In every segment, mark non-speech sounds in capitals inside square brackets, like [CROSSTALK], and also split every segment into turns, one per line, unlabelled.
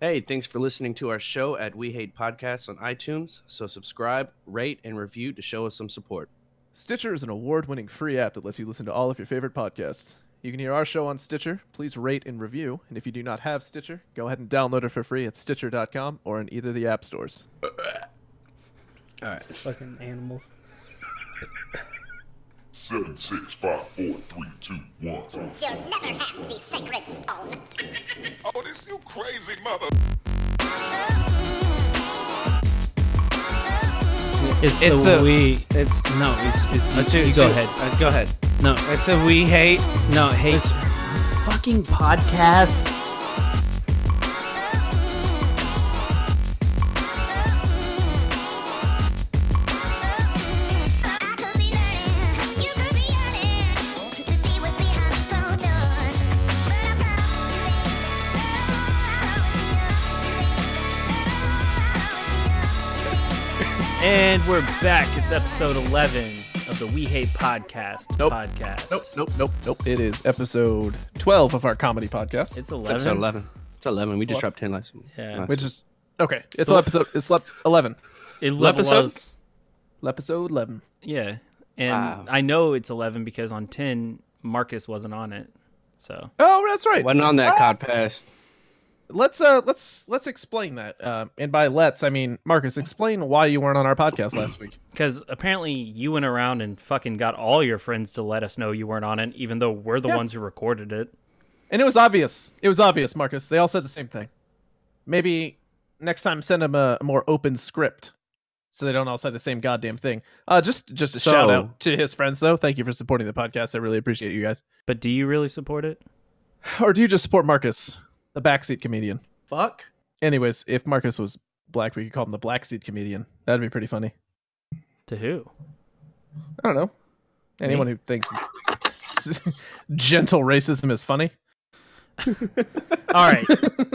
Hey, thanks for listening to our show at We Hate Podcasts on iTunes. So subscribe, rate, and review to show us some support.
Stitcher is an award winning free app that lets you listen to all of your favorite podcasts. You can hear our show on Stitcher. Please rate and review. And if you do not have Stitcher, go ahead and download it for free at Stitcher.com or in either of the app stores.
All right.
Fucking animals.
Seven, six, five, four, three, two, one.
You'll never have the sacred stone.
Oh, this you crazy mother.
It's,
It's
the,
the-
we. It's no. It's it's. You,
Uh, two-
you go
two-
ahead.
uh, go ahead.
No.
It's a we hate.
No. Hey.
It's-
fucking podcasts.
I could be learning, you could be yearning to see what's behind these closed doors. But I promise you, baby,
And we're back. It's episode 11 of the We Hate Podcast
Nope.
podcast.
Nope, nope, nope, nope. It is episode 12 of our comedy podcast,
It's
Episode
11.
11. It's 11. We just dropped 10 last
Yeah.
last
which is. Okay. It's episode. It's lep- 11.
It level
Lepisode?
was-
Episode 11.
Yeah. And
Wow.
I know it's 11 because on 10, Marcus wasn't on it. So,
Oh, that's right.
Wasn't on that
Ah!
cod pass.
Let's uh let's let's explain that. Uh, and by let's I mean Marcus, explain why you weren't on our podcast last week.
because apparently you went around and fucking got all your friends to let us know you weren't on it, even though we're the
Yeah.
ones who recorded it.
And it was obvious. It was obvious, Marcus. They all said the same thing. Maybe next time send them a, a more open script so they don't all say the same goddamn thing. Uh just just a
So-
shout out to his friends though. Thank you for supporting the podcast. I really appreciate you guys.
But do you really support it?
Or do you just support Marcus, the backseat comedian? Fuck. Anyways, if Marcus was black, we could call him the blackseat comedian. That'd be pretty funny.
To who?
I don't know. Anyone who thinks [LAUGHS] gentle racism is funny.
All right.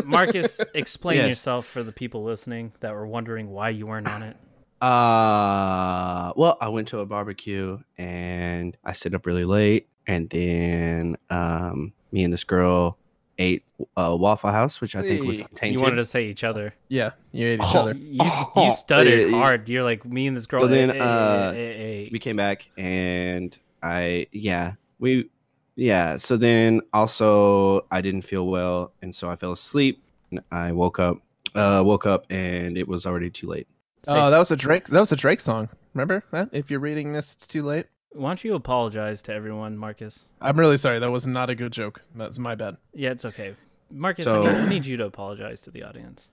Marcus, explain
Yes.
yourself for the people listening that were wondering why you weren't on it.
Uh, well, I went to a barbecue and I stayed up really late, and then um, me and this girl ate uh, Waffle House, which I think was
See,
tainted.
You wanted to say each other.
Yeah, you hate each
Oh,
other.
You, you stuttered
Yeah, yeah.
hard. You're like me and this girl.
Well,
eh,
then,
eh, eh,
uh,
eh, eh, eh.
we came back, and I yeah we yeah. So then also I didn't feel well, and so I fell asleep. And I woke up, uh, woke up, and it was already too late.
Say
Oh, that was a Drake. That was a Drake song. Remember that? If you're reading this, it's too late.
Why don't you apologize to everyone, Marcus?
I'm really sorry. That was not a good joke. That's my bad.
Yeah, it's okay. Marcus,
So-
I need, I need you to apologize to the audience.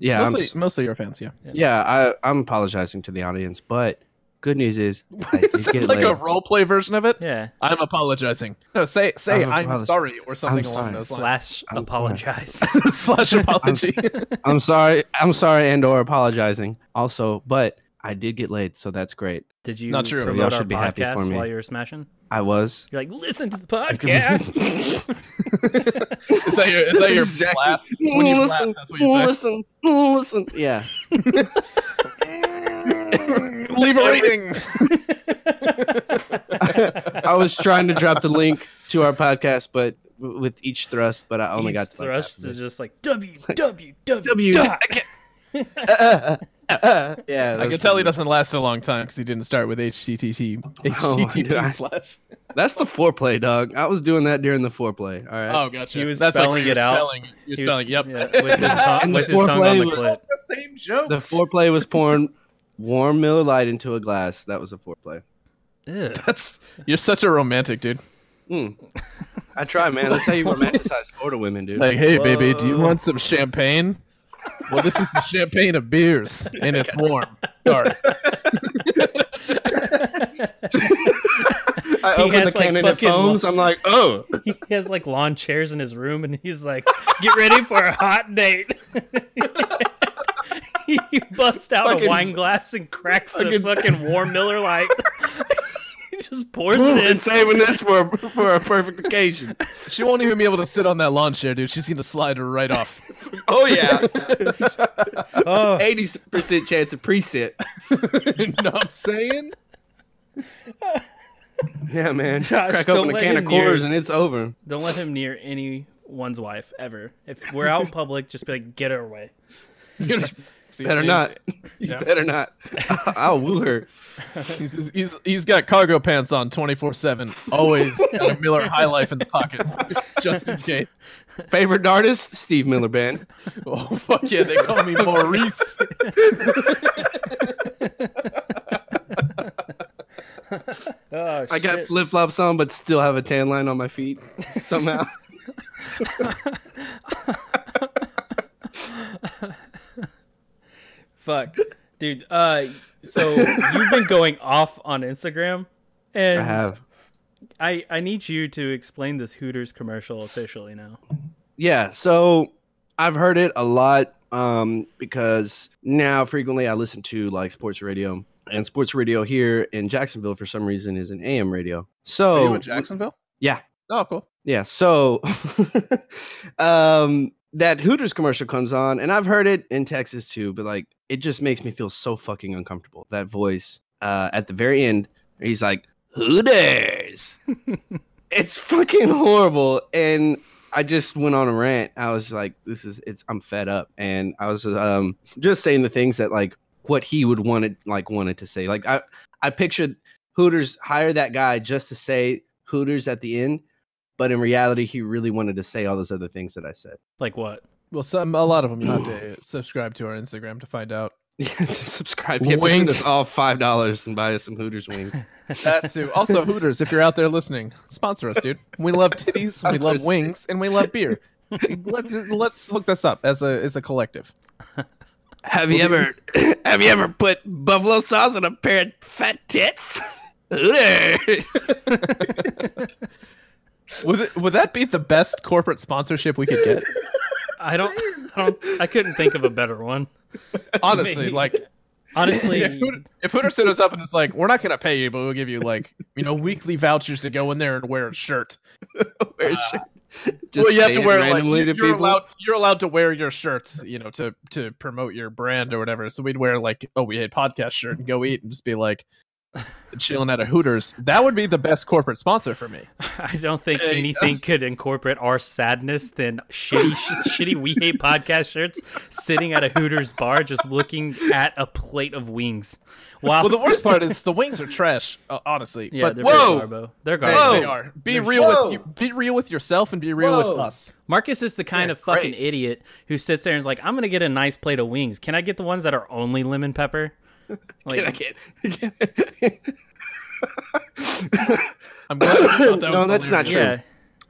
Yeah, I'm
mostly,
s-
mostly your fans. Yeah.
yeah. I, I'm apologizing to the audience, but good news
[LAUGHS]
is I did
Is it
get
like a
laid.
role play version of it?
Yeah.
I'm apologizing. No, say say
I'm
I'm,
apolog-
sorry or
I'm
something along
sorry.
those lines.
Slash
I'm
apologize.
[LAUGHS] Slash apology.
I'm sorry. I'm sorry and or apologizing. Also, but I did get laid, so that's great.
[LAUGHS] Did you
Not true.
promote
Y'all
our
should be happy
podcast
for me.
while you were smashing?
I was.
You're like, listen to the
[LAUGHS] could be- [LAUGHS]
podcast.
[LAUGHS]
[LAUGHS]
is that your is that your blast? When you blast, that's what you say.
Mm, Listen, mm, listen. Yeah.
[LAUGHS] Leave a rating.
I was trying to drop the link to our podcast, but w- with each thrust, but I only
Each
got to like
thrust
half of
is
it.
just like www.
[LAUGHS]
W.
dot.
[LAUGHS] yeah,
I
that's
can tell he
pretty-
doesn't last a long time because he didn't start with HTTP.
Oh, I
HTTP
did I-
slash.
That's the foreplay, dog. I was doing that during the foreplay. All right.
Oh, gotcha.
He was
That's like
spelling
when you're
it out.
Spelling, you're
He was-
spelling. Yep.
[LAUGHS] yeah, with his tongue,
And the
with his tongue on the
foreplay was-
clit.
the same joke.
The foreplay was pouring warm Miller Lite into a glass. That was a foreplay.
Ew.
That's [LAUGHS] you're such a romantic dude.
I try, man. That's [LAUGHS] how you romanticize Florida women, dude.
Like, hey, baby, do you
Whoa.
want some champagne? Well, this is the champagne of beers, and it's warm. Sorry.
I
He
open the can
has, like,
and it
fucking
foams. I'm like, oh,
he has like lawn chairs in his room and he's like get ready for a hot date [LAUGHS] he busts out
Fucking-
a wine glass and cracks a
fucking-
fucking warm miller light [LAUGHS] he just pours it in
[LAUGHS] and saving this for for a perfect occasion.
She won't even be able to sit on that lawn chair, dude. She's gonna slide right
[LAUGHS]
off.
Oh yeah,
oh
[LAUGHS] eighty percent chance of preset.
you know what I'm saying?
Yeah, man.
Josh,
Crack
don't
open a
let
can of
him near-
Coors and it's over.
don't let him near any one's wife ever. If we're out in public, just be like, get her away.
[LAUGHS] See,
Better
and
not. You
[LAUGHS]
[LAUGHS]
Yeah.
better not. I'll woo her.
He's, he's- he's, he's got cargo pants on 24 7. Always got a Miller High Life in the
[LAUGHS]
pocket, just in case.
Favorite artist, Steve Miller Band.
Oh, fuck yeah, they call me
[LAUGHS]
Maurice.
Oh,
I got flip flops on, but still have a tan line on my
[LAUGHS]
feet somehow.
Fuck, dude. Uh, so you've been going off on Instagram, and
I have.
I I need you to explain this Hooters commercial officially now.
Yeah, so I've heard it a lot um, because now frequently I listen to like sports radio, and sports radio here in Jacksonville for some reason is an AM radio.
Are
So
you in Jacksonville?
Oh, yeah,
Oh, cool.
yeah. So [LAUGHS] um, that Hooters commercial comes on, and I've heard it in Texas too, but like it just makes me feel so fucking uncomfortable. That voice uh, at the very end, he's like Hooters. it's fucking horrible, and I just went on a rant. I was like, this is it's I'm fed up, and I was um, just saying the things that like what he would wanted like wanted to say. Like I I pictured Hooters hire that guy just to say Hooters at the end but in reality, he really wanted to say all those other things that I said.
Like what?
Well, some a lot of them you have to [COUGHS] subscribe to our Instagram to find out.
[LAUGHS] Yeah, to subscribe, you have to send
Wink.
us all five dollars and buy us some Hooters [LAUGHS] wings.
That [LAUGHS] too. Also, Hooters, if you're out there listening, sponsor us, dude. We love titties, we love wings, and we love beer. Let's let's hook this up as a as a collective.
have you ever, [COUGHS] have you ever put buffalo sauce on a pair of fat tits? Hooters.
Would it, would that be the best corporate sponsorship we could get? [LAUGHS]
I don't. I don't. I couldn't think of a better one.
Honestly, like [LAUGHS]
Honestly,
if Hooter, if Hooters hit us up and was like, "We're not gonna pay you, but we'll give you like you know weekly vouchers to go in there and wear
[LAUGHS]
a shirt."
Just
Uh, well, you have
say
to
it
wear like,
randomly
you-
to
you're
people.
allowed you're allowed to wear your shirt, you know, to to promote your brand or whatever. So we'd wear like, "Oh, we had podcast shirt," and go eat and just
[SIGHS]
be like chilling at a Hooters. That would be the best corporate sponsor for me.
I don't think anything could incorporate our sadness than shitty,
[LAUGHS]
sh- shitty We Hate Podcast shirts sitting at a Hooters bar, just looking at a plate of wings. Wow.
Well, the worst part is the wings are trash, uh, honestly.
yeah,
but
they're
Whoa!
pretty garbo. They're
they,
garbo.
they are. Be
They're
real
so-
with you, be real with yourself and be real with
Whoa.
us.
Marcus is the kind
They're
of fucking
great.
idiot who sits there and is like, "I'm gonna get a nice plate of wings. Can I get the ones that are only
[LAUGHS]
lemon pepper?" Like,
I [LAUGHS] can't.
I'm glad
[LAUGHS]
you thought that
No,
was
that's not
hilarious.
true.
yeah,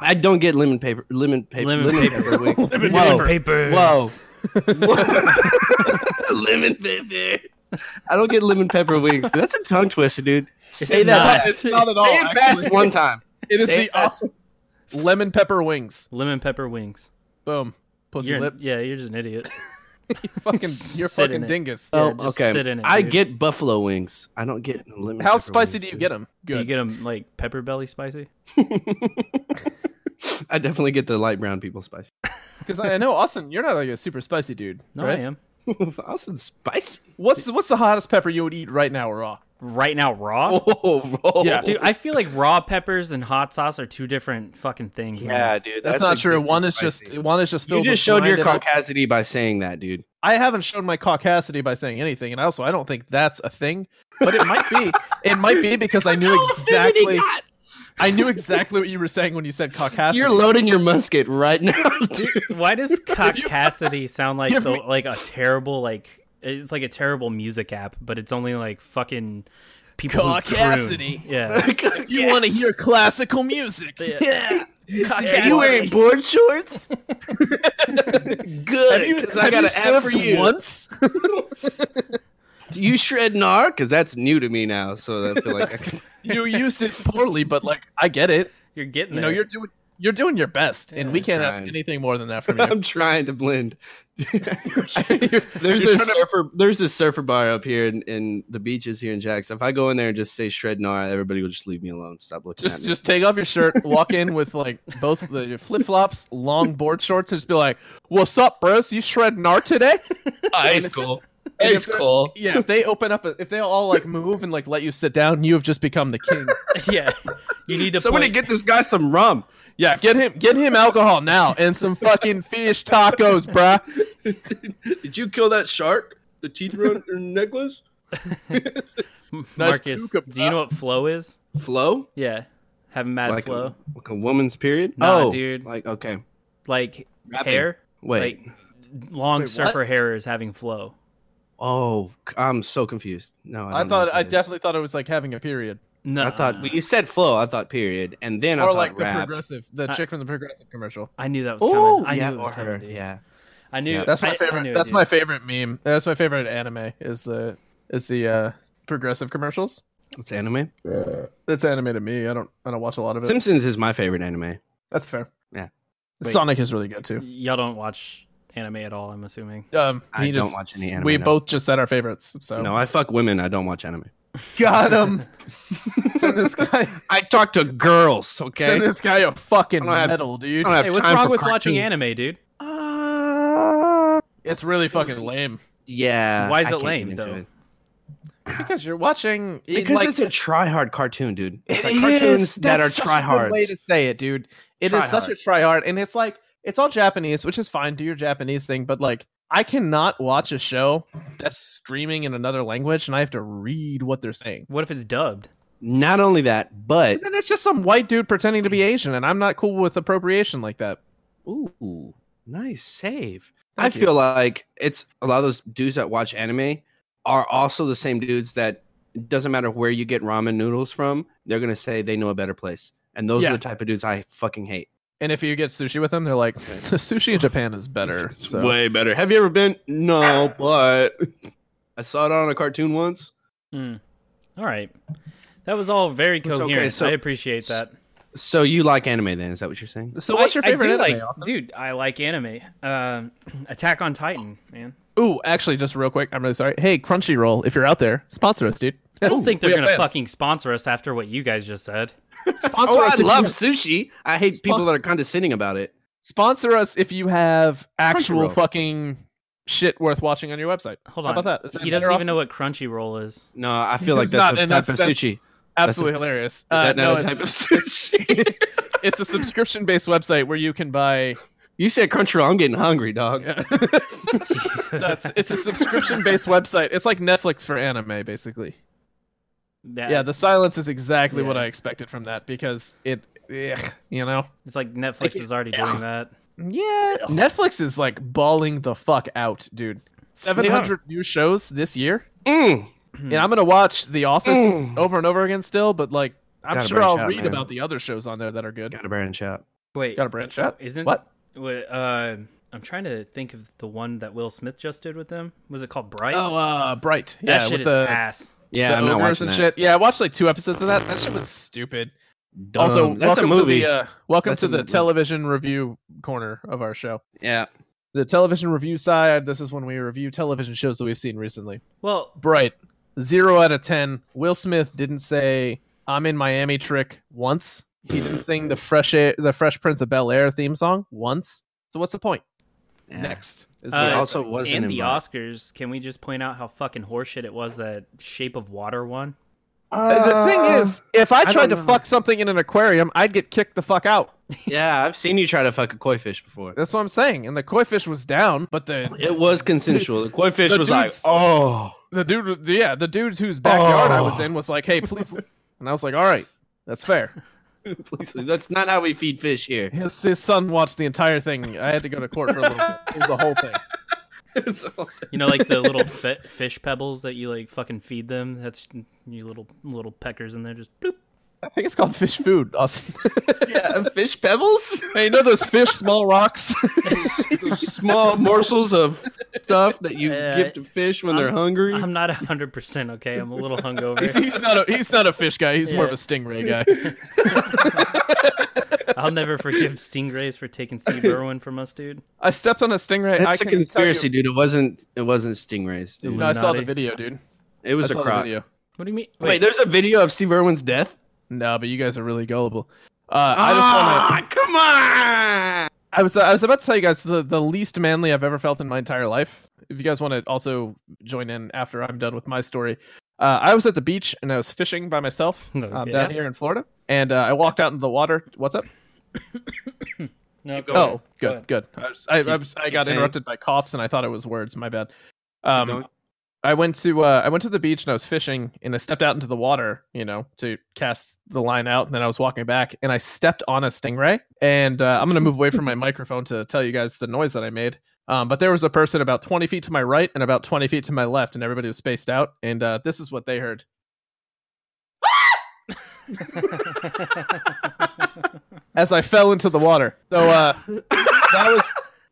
I don't get lemon paper, lemon paper,
Lemon paper.
wings.
Lemon
Whoa,
paper.
papers.
Whoa. [LAUGHS] lemon pepper. I don't get lemon pepper wings. That's a tongue twister, [LAUGHS] dude. Say that.
not.
fast.
It's
[LAUGHS]
not at all.
Say it fast
actually.
one time.
It is
Say
the
it fast.
awesome lemon pepper wings.
Lemon pepper wings.
Boom. Pussy
You're
lip. [LAUGHS]
an, yeah, you're just an idiot.
Fucking, you're
sit
fucking
in it.
dingus.
Yeah,
[LAUGHS] Oh,
just
okay.
sit in it,
I
dude.
get buffalo wings. I don't get lemon.
How
pepper
spicy
wings,
do you
dude.
get them? Good.
Do you get them like pepper belly spicy?
I definitely get the light brown people spicy.
Because I know Austin, you're not like a super spicy dude,
No,
right?
I am.
[LAUGHS] Austin spicy. [LAUGHS]
What's what's the hottest pepper you would eat right now raw?
Right now, raw.
Oh, roll.
Yeah.
Dude, I feel like raw peppers and hot sauce are two different fucking things. man.
dude.
That's, not true. One is just one is just
You
filled.
just
with
showed your
grind and-
caucasity by saying that, dude.
I haven't shown my caucasity by saying anything, and also I don't think that's a thing. But it might be. It might be because I
[LAUGHS]
knew exactly. I knew exactly what you were saying when you said caucasity.
You're loading your musket right now, [LAUGHS] dude.
[LAUGHS]
[LAUGHS]
Why does Caucasity sound like
Give
the,
me-
like a terrible like it's like a terrible music app, but it's only like fucking people who croon.
Caucasity.
[LAUGHS]
Yeah.
You want to hear classical music?
Yeah. You wearing board [LAUGHS] shorts? Good, because I got an app for you.
once.
Do you shred gnar? Because that's new to me now, so I feel like I can. [LAUGHS]
you used it poorly, but like I get it.
You're getting
You know,
there.
you're doing you're doing your best, and we can't ask
Fine.
anything more than [LAUGHS] that from you.
I'm trying to blend.
[LAUGHS]
there's
you're
this
trying to-
surfer. There's this surfer bar up here in, in the beaches here in Jacks. If I go in there and just say shred gnar, everybody will just leave me alone. Stop looking at
Just
me.
just take off your shirt, walk in with like both the flip flops, long board shorts, and just be like, "What's up, bros? You shredding art today?"
ice cool.
and if they're-
cool.
Yeah, if they open up, if they all like move and like let you sit down, you have just become the king.
[LAUGHS] yeah. You need to
Somebody
point,
get this guy some rum.
Yeah, get him get him alcohol now and some fucking fish tacos, bruh.
Did you kill that shark? The teeth [LAUGHS] ruined your necklace?
Marcus,
puke
do you know what flow is?
Flow?
Yeah, having mad
Like uh,
flow.
a, like a woman's period?
Nah,
oh,
dude.
Like, okay.
Like
Rapping.
hair,
Wait.
like long
Wait,
surfer hair is having flow.
oh, c- I'm so confused. No, I, don't
I
know what
thought I
that is.
definitely thought it was like having a period.
No,
I thought when you said flow. I thought period, and then I
Or
thought
like the
rap.
progressive the
I-
chick from the progressive commercial.
I knew that was
Oh,
coming. I
yeah,
knew it was
or
coming.
her,
Dude.
yeah.
I knew.
Yeah.
That's
I-
my
I
favorite.
knew it,
that's
dude.
my favorite meme. That's my favorite anime is the is the uh, progressive commercials.
It's anime.
That's anime to me. I don't I don't watch a lot of it.
Simpsons is my favorite anime.
that's fair.
Yeah.
Wait.
Sonic is really good too.
Y'all don't watch anime at all, I'm assuming.
Um,
I
he
don't
just-
watch any anime,
We
no.
both just said our favorites. So
No, I fuck women. I don't watch anime.
got him.
[LAUGHS]
send this guy.
I talk to girls. [LAUGHS] Okay.
Send this guy a fucking
I don't have-
medal, dude.
I don't have
Hey, what's
time
wrong
for
with watching
cartoon-
anime, dude?
Uh,
It's really
[LAUGHS]
fucking lame
yeah.
Why is
I
it
can't get
lame,
into
though?
it.
because you're watching
Because
like,
it's a try hard cartoon, dude. It's
It
like cartoons
is.
that are
That's such
try
a good
hard.
Way to say it, dude. It is such a try hard, and it's like it's all Japanese, which is fine. Do your Japanese thing, but like I cannot watch a show that's streaming in another language, and I have to read what they're saying.
What if it's dubbed?
Not only that, but
And then it's just some white dude pretending to be Asian, and I'm not cool with appropriation like that.
ooh, nice save. I
Thank you.
feel like it's a lot of those dudes that watch anime are also the same dudes that it doesn't matter where you get ramen noodles from, they're gonna say they know a better place. And those
Yeah.
are the type of dudes I fucking hate.
And if you get sushi with them, they're like, "The [LAUGHS] sushi in Japan is better.
It's
So.
way better. Have you ever been? [LAUGHS] No, but I saw it on a cartoon once.
Hmm. All right. That was all very
okay,
coherent.
so-
I appreciate that.
So you like anime then? Is that what you're saying?
So what's
I-
your favorite
I do
anime?
like,
Austin?
dude? I like anime. Um, [CLEARS THROAT] Attack on Titan, man.
Ooh, actually, just real quick, I'm really sorry. Hey, Crunchyroll, if you're out there, sponsor
[LAUGHS]
us, dude.
Oh,
I don't think they're
we
gonna
have fans.
fucking sponsor us after what you guys just said.
Sponsor
Oh,
us
I
if you
love
have-
sushi. I hate people that are condescending about it.
Sponsor us if you have actual
Crunchyroll.
fucking shit worth watching on your website.
Hold
How
on.
about that? Is that
he doesn't
better,
even know what Crunchyroll is.
No, I feel like
It's
that's
not,
a
and
type
that's-
of
that's-
sushi. Is
Absolutely
That's
hilarious. Is
that
no,
not a
it's,
type [LAUGHS] of sushi?
[LAUGHS] it's a subscription-based website where you
[LAUGHS]
can buy. [LAUGHS]
you said Crunchyroll. I'm getting hungry, dog.
[LAUGHS] That's, it's a subscription-based website. It's like Netflix for anime, basically.
[LAUGHS] That-
Yeah, the silence is exactly what
Yeah.
I expected from that because it, ugh, you know,
it's like Netflix is already doing that.
yeah. Netflix is like bawling the fuck out, dude. Seven hundred new shows this year.
Mm.
and I'm gonna watch The Office
Mm.
over and over again still, but like I'm
Gotta
sure
branch
I'll
out,
read
man.
about the other shows on there that are good.
Got a branch out.
Wait,
Got to branch
Oh,
out.
isn't
what?
Wait, uh, I'm trying to think of the one that Will Smith just did with them. Was it called Bright?
Oh, uh, Bright.
that
Yeah,
shit
with
is
the,
ass.
Yeah,
the
I'm not
ogres
watching
and
that.
shit. Yeah, I watched like two episodes of that. That shit was stupid.
Dumb.
also,
that's a
welcome
movie.
To the, uh, welcome
That's
to
a
the
movie.
television review corner of our show.
yeah,
The television review side. This is when we review television shows that we've seen recently.
Well,
Bright. Zero out of ten. Will Smith didn't say "I'm in Miami" trick once. He didn't sing the fresh air, the Fresh Prince of Bel Air theme song once. So what's the point?
Yeah.
Next is
Uh,
it
what
also wasn't
and
in
the
my-
Oscars. Can we just point out how fucking horseshit it was that Shape of Water won?
Uh, the thing is, if I tried to
don't know.
fuck something in an aquarium, I'd get kicked the fuck out.
yeah, I've seen you try to fuck a koi fish before.
That's what I'm saying. And the koi fish was down, but the
It was consensual. The koi fish
The
was like,
dudes-
"Oh,
the dude, was- yeah, the dudes whose backyard I was
Oh.
in was like, "Hey, please," and I was like, "All right,
[LAUGHS]
that's fair."
please, that's not how we feed fish here."
His, his son watched the entire thing. I had to go to court for a little bit. It was the whole thing.
So-
You know,
[LAUGHS]
like the little fi- fish pebbles that you like fucking feed them. That's you little little peckers in there. Just boop.
I think it's called fish food. Austin.
[LAUGHS] yeah, fish pebbles,
[LAUGHS] hey, you know those fish small rocks?
Those [LAUGHS] small morsels of stuff that you
Uh,
give to fish when they're
I'm-
hungry.
I'm not hundred percent okay. I'm a little
[LAUGHS]
hungover.
he's not a he's not a fish guy. He's more of
Yeah.
a stingray guy.
I'll never forgive stingrays for
[LAUGHS]
taking Steve Irwin from us, dude.
I stepped on a stingray. I
That's a
can tell you-
conspiracy, dude. It wasn't. It wasn't stingrays. dude.
No, I saw the
Illuminati.
video, dude.
It was a
I saw
croc.
the
Wait,
video.
What do you mean?
there's a video of Steve Irwin's death.
No, but you guys are really gullible. Uh, I just
Ah,
want to.
come on.
I was I was about to tell you guys the, the least manly I've ever felt in my entire life. If you guys want to also join in after I'm done with my story, uh, I was at
[LAUGHS]
the beach and I was fishing by myself um,
Oh,
Okay.
uh, down here in Florida, and uh, I walked out into the water. What's up?
No,
Oh,
go ahead.
good,
Go ahead.
good. I, was, I, I,
Keep-
was, I got
saying.
interrupted by coughs, and I thought it was words. My bad.
going.
Um, I went to uh, I went to the beach and I was fishing, and I stepped out into the water, you know, to cast the line out, and then I was walking back, and I stepped on a stingray, and uh, I'm gonna move away
[LAUGHS]
from my microphone to tell you guys the noise that I made. Um, but there was a person about 20 feet to my right and about 20 feet to my left, and everybody was spaced out, and uh, this is what they heard. as I fell into the water. So uh, that was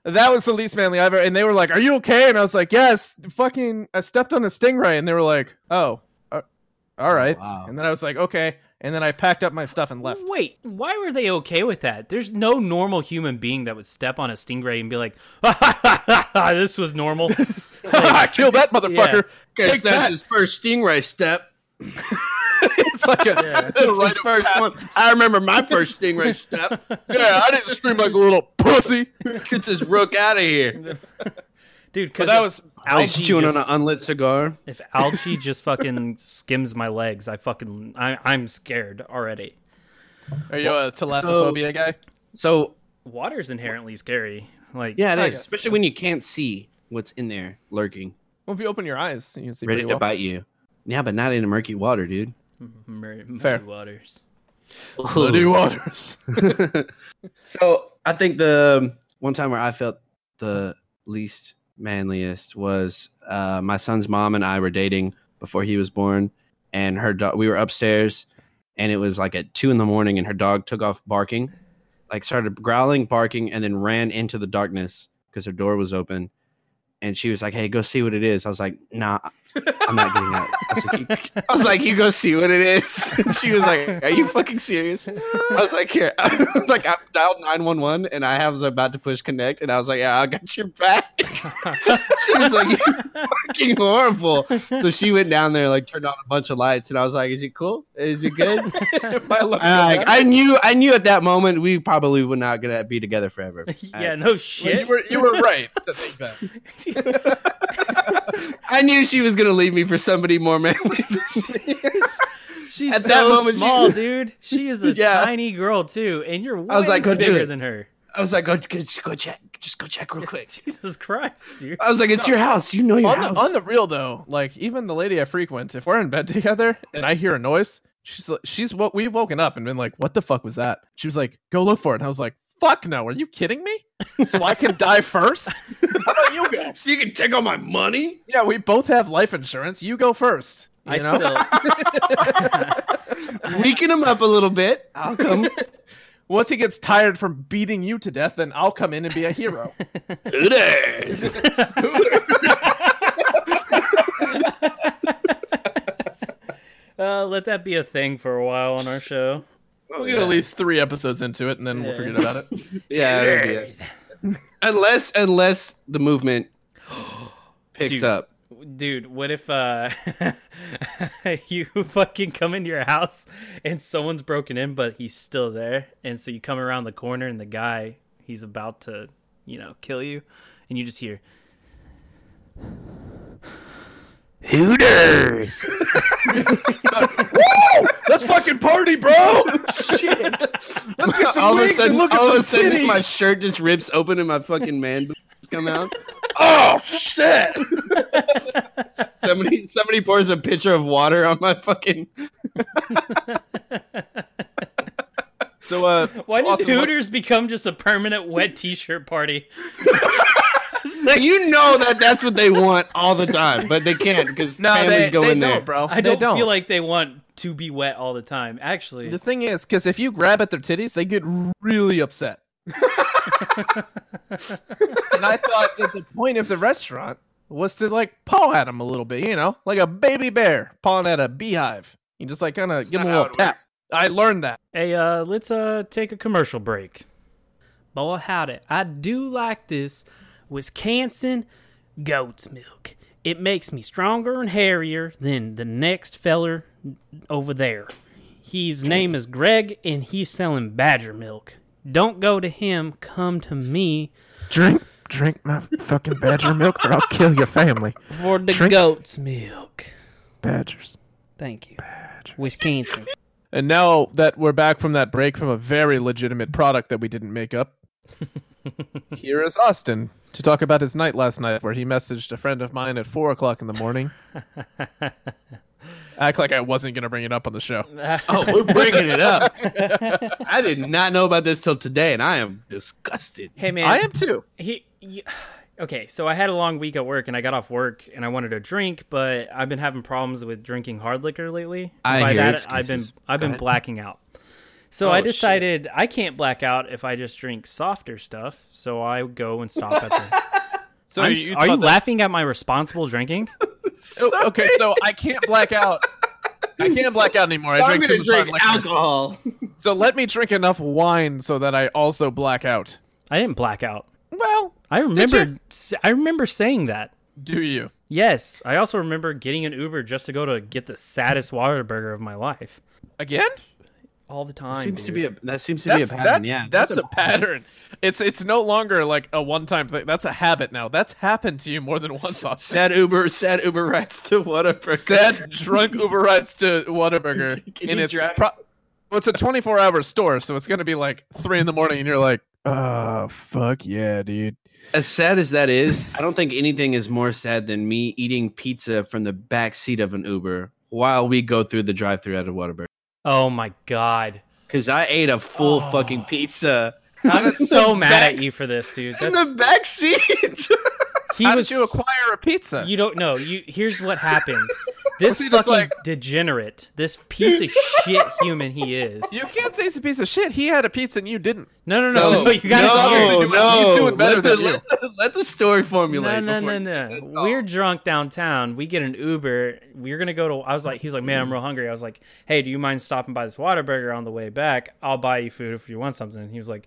that was the least manly I ever. And they were like, "Are you okay?" And I was like, "Yes." Fucking, I stepped on a stingray, and they were like, "Oh, uh, all right."
Oh, Wow.
And then I was like, "Okay." And then I packed up my stuff
[LAUGHS]
and left.
Wait, why were they okay with that? There's no normal human being that would step on a stingray and be like, [LAUGHS] "This was normal."
[LAUGHS] Kill that motherfucker! Take that! [LAUGHS]
his first stingray step.
It's like a it's
Right
a-
first one. I remember my first stingray step.
[LAUGHS] yeah. I didn't scream like a little
[LAUGHS]
pussy.
Get this rook out of here.
dude.
But
Because
that was
algae
chewing on an
just-
unlit cigar.
If algae just fucking skims my legs, I fucking I, I'm scared already.
are you a thalassophobia guy?
So
Water's inherently scary. Like
yeah,
I
it is.
guess.
Especially when you can't see what's in there lurking,
Well, if you open your eyes, you can see
ready
pretty
to
well.
bite you. Yeah, but not in the murky water, dude.
mur- murky
Fair.
waters. [LAUGHS]
Bloody waters.
so I think the um, one time where I felt the least manliest was uh, my son's mom and I were dating before he was born, and her dog. We were upstairs, and it was like at two in the morning, and her dog took off barking, like started growling, barking, and then ran into the darkness because her door was open. And she was like, "Hey, go see what it is." I was like, "Nah, I'm not doing that." I was like, "You- I was like, "You go see what it is." [LAUGHS] she was like, "Are you fucking serious?" I was like, here, [LAUGHS] like I dialed nine one one, and I was about to push connect, and I was like, yeah, I got your back. [LAUGHS] she was like, you're fucking horrible. So she went down there, like turned on a bunch of lights, and I was like, is it cool? Is it good?
[LAUGHS]
[LAUGHS] And,
[LAUGHS] I looked
like, Ah, I knew, I knew at that moment we probably were not gonna be together forever.
[LAUGHS] yeah, no
you
shit.
were you were right to think that.
I knew she was gonna leave me for somebody
[LAUGHS]
more manly.
She's
At
so
that moment, she-
small,
[LAUGHS]
dude. She is a
Yeah.
tiny girl too, and you're way
I was like, go do
bigger
it.
than her.
I was like, go, go, go check, just go check
[LAUGHS]
real quick.
Jesus Christ, dude.
I was like, it's your house, you know your
on
house.
the, on the real though, like even the lady I frequent, if we're in bed [LAUGHS] together and I hear a noise, she's li- she's what we've woken up and been like, "What the fuck was that?" She was like, "Go look for it," and I was like, "Fuck no, are you kidding me?" So I can
[LAUGHS]
die first. How about you go?
so you can take all my money.
Yeah, we both have life insurance. You go first. You
I
know? [LAUGHS]
[LAUGHS]
still
Weaken him up a little bit. I'll come.
[LAUGHS] Once he gets tired from beating you to death, then I'll come in and be a
[LAUGHS]
hero.
uh, let that be a thing for a while on our show.
we'll get at least three episodes into it, and then we'll forget about it.
Yeah. that'd be it. Unless unless the
[GASPS]
movement picks
Dude.
up.
Dude, what if uh [LAUGHS] you fucking come into your house and someone's broken in but he's still there and so you come around the corner and the guy he's about to, you know, kill you and you just hear Hooters.
Let's fucking party, bro! [LAUGHS]
Shit.
Let's get some
all of a
wings
sudden,
and look
all
at
of
some
a sudden,
titties.
my shirt just rips open and my fucking man [LAUGHS] boobs come out. Oh shit! somebody somebody pours a pitcher of water on my fucking.
So, uh,
Why did
Austin, what's-
Hooters become just a permanent
[LAUGHS]
wet t-shirt party?
You know that that's what they want all the time, but they can't because
No,
families
they,
go
they
in
don't,
there.
bro.
I
They
don't,
don't
feel like they want to be wet all the time. Actually,
The thing is, because if you grab at their titties, they get
[LAUGHS]
really upset. and I thought that the point of the restaurant was to like paw at them a little bit, you know, like a baby bear pawing at a beehive. You just like kind of give them
not
a
how
little
it
tap.
works.
I learned that.
Hey, uh, let's uh take a commercial break. Boy, howdy! I do like this Wisconsin goat's milk. It makes me stronger and hairier than the next feller over there. His name is Greg, and he's selling Badger milk. Don't go to him. Come to me
Drink, drink my fucking badger milk, or I'll kill your family.
for the goat's milk.
Badgers.
Thank you, Wisconsin.
And now that we're back from that break from a very legitimate product that we didn't make up, here is Austin to talk about his night last night where he messaged a friend of mine at 4 o'clock in the morning. Act like I wasn't going to bring it up on the show.
Oh, we're bringing it
[LAUGHS]
up. I did not know about this till today, and I am disgusted.
Hey man,
I am too.
he y- [SIGHS] okay so i had a long week at work and i got off work and i wanted a drink but i've been having problems with drinking hard liquor lately
I
by
hear
that i've
excuses.
been i've been
ahead. Oh,
blacking out so i decided i can't black out if i just drink softer stuff so i go and stop at the
[LAUGHS]
So
I'm s- are you
thought that-
laughing at my responsible drinking
Oh, okay, so I can't black out. I can't black out anymore. I drink too much hard liquor.
alcohol.
So let me drink enough wine so that I also black out.
i didn't black out
Well,
i remember i remember saying that
do you?
yes i also remember getting an uber just to go to get the saddest water burger of my life
Again?
all the time
Seems to
dude.
be a that seems to
That's
be a
that's,
pattern. yeah,
that's a pattern. It's it's no longer like a one time thing. That's a habit now. That's happened to you more than once. Austin.
Sad Uber, sad Uber rides to whatever.
Said drunk Uber rides to Whataburger,
[LAUGHS] Can
and
you
it's
drive?
pro- well, it's a twenty four hour store, so it's gonna be like three in the morning, and you're like, oh fuck yeah, dude.
As sad as that is, I don't think anything is more sad than me eating pizza from the back seat of an Uber while we go through the drive-through at a Whataburger.
oh my god
Because I ate a full
Oh.
fucking pizza.
I'm so mad at
back-
you for this, dude.
in
That's,
the back seat. [LAUGHS]
he
How
was.
did you acquire a pizza?
you don't know. You here's what happened. This
he
fucking
just like-
degenerate, this piece of shit human he is.
You can't say it's a piece of shit. He had a pizza and you didn't.
No, no, no.
no,
[LAUGHS] you gotta
no,
obviously doing- he's doing better
let, the,
than you.
let, the, let the story
No,
formulate.
no,
before-
no, no. We're drunk downtown. We get an Uber. We're gonna go to. I was like, he was like, man, I'm real hungry. I was like, hey, do you mind stopping by this Waterburger on the way back? I'll buy you food if you want something. He was like,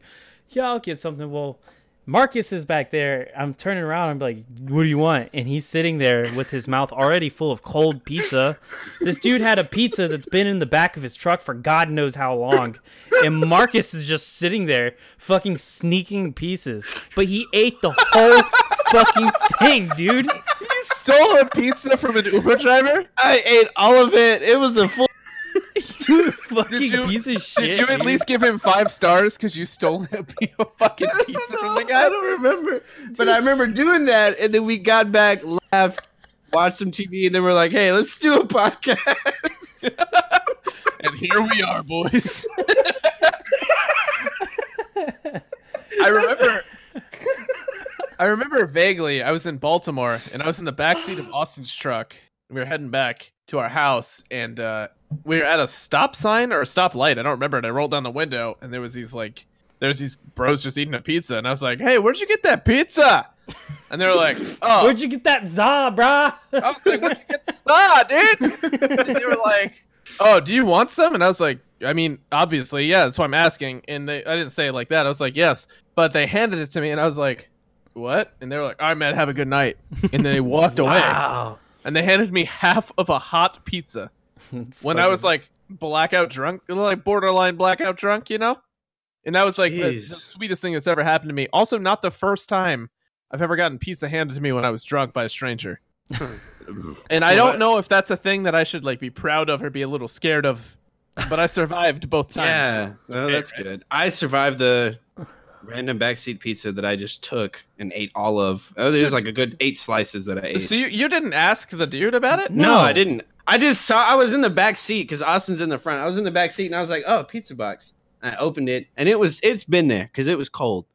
yeah, I'll get something. Well, Marcus is back there. I'm turning around. I'm like, what do you want? And he's sitting there with his mouth already full of cold pizza. This dude had a pizza that's been in the back of his truck for God knows how long. And Marcus is just sitting there fucking sneaking pieces. But he ate the whole fucking thing, dude.
He stole a pizza from an
[LAUGHS]
Uber driver.
I ate all of it. It was a full.
Dude, fucking
you-
piece of shit.
Did you at
dude.
least give him five stars because you stole a [LAUGHS] p- a fucking pizza from the guy?
[LAUGHS] I don't remember, but I remember doing that, and then we got back, laughed, watched some TV, and then we're like, "Hey, let's do a podcast."
And here we are, boys. I remember. I remember vaguely. I was in Baltimore and I was in the backseat of Austin's truck. We were heading back to our house, and uh, we were at a stop sign or a stop light. I don't remember. And I rolled down the window, and there was these like, there's these bros just eating a pizza, and I was like, "Hey, where'd you get that pizza?" And they were like, "Oh,
Where'd you get that za, brah?
I was like, where'd you get this thought, dude? And they were like, oh, do you want some? And I was like, I mean, obviously, yeah, that's why I'm asking. And they, I didn't say it like that. I was like, yes. But they handed it to me, and I was like, what? And they were like, all right, man, have a good night. And then they [LAUGHS] walked away.
Wow.
And they handed me half of a hot pizza
It's
when I
fucking-
was like blackout drunk, like borderline blackout drunk, you know? And that was like the, the
Jeez.
sweetest thing that's ever happened to me. Also, not the first time I've ever gotten pizza handed to me when I was drunk by a
[LAUGHS]
stranger. and I don't know if that's a thing that I should like be proud of or be a little scared
[LAUGHS]
of, but I survived both times.
yeah, no, that's
Okay,
good. I survived the random backseat pizza that I just took and ate all of. Oh, there's like a good eight slices that I ate.
So you, you didn't ask the dude about it?
No,
No.
I didn't. I just saw. I was in the back seat because Austin's in the front. I was in the back seat and I was like, "Oh, pizza box." I opened it and it was it's been there because it was
[LAUGHS]
cold,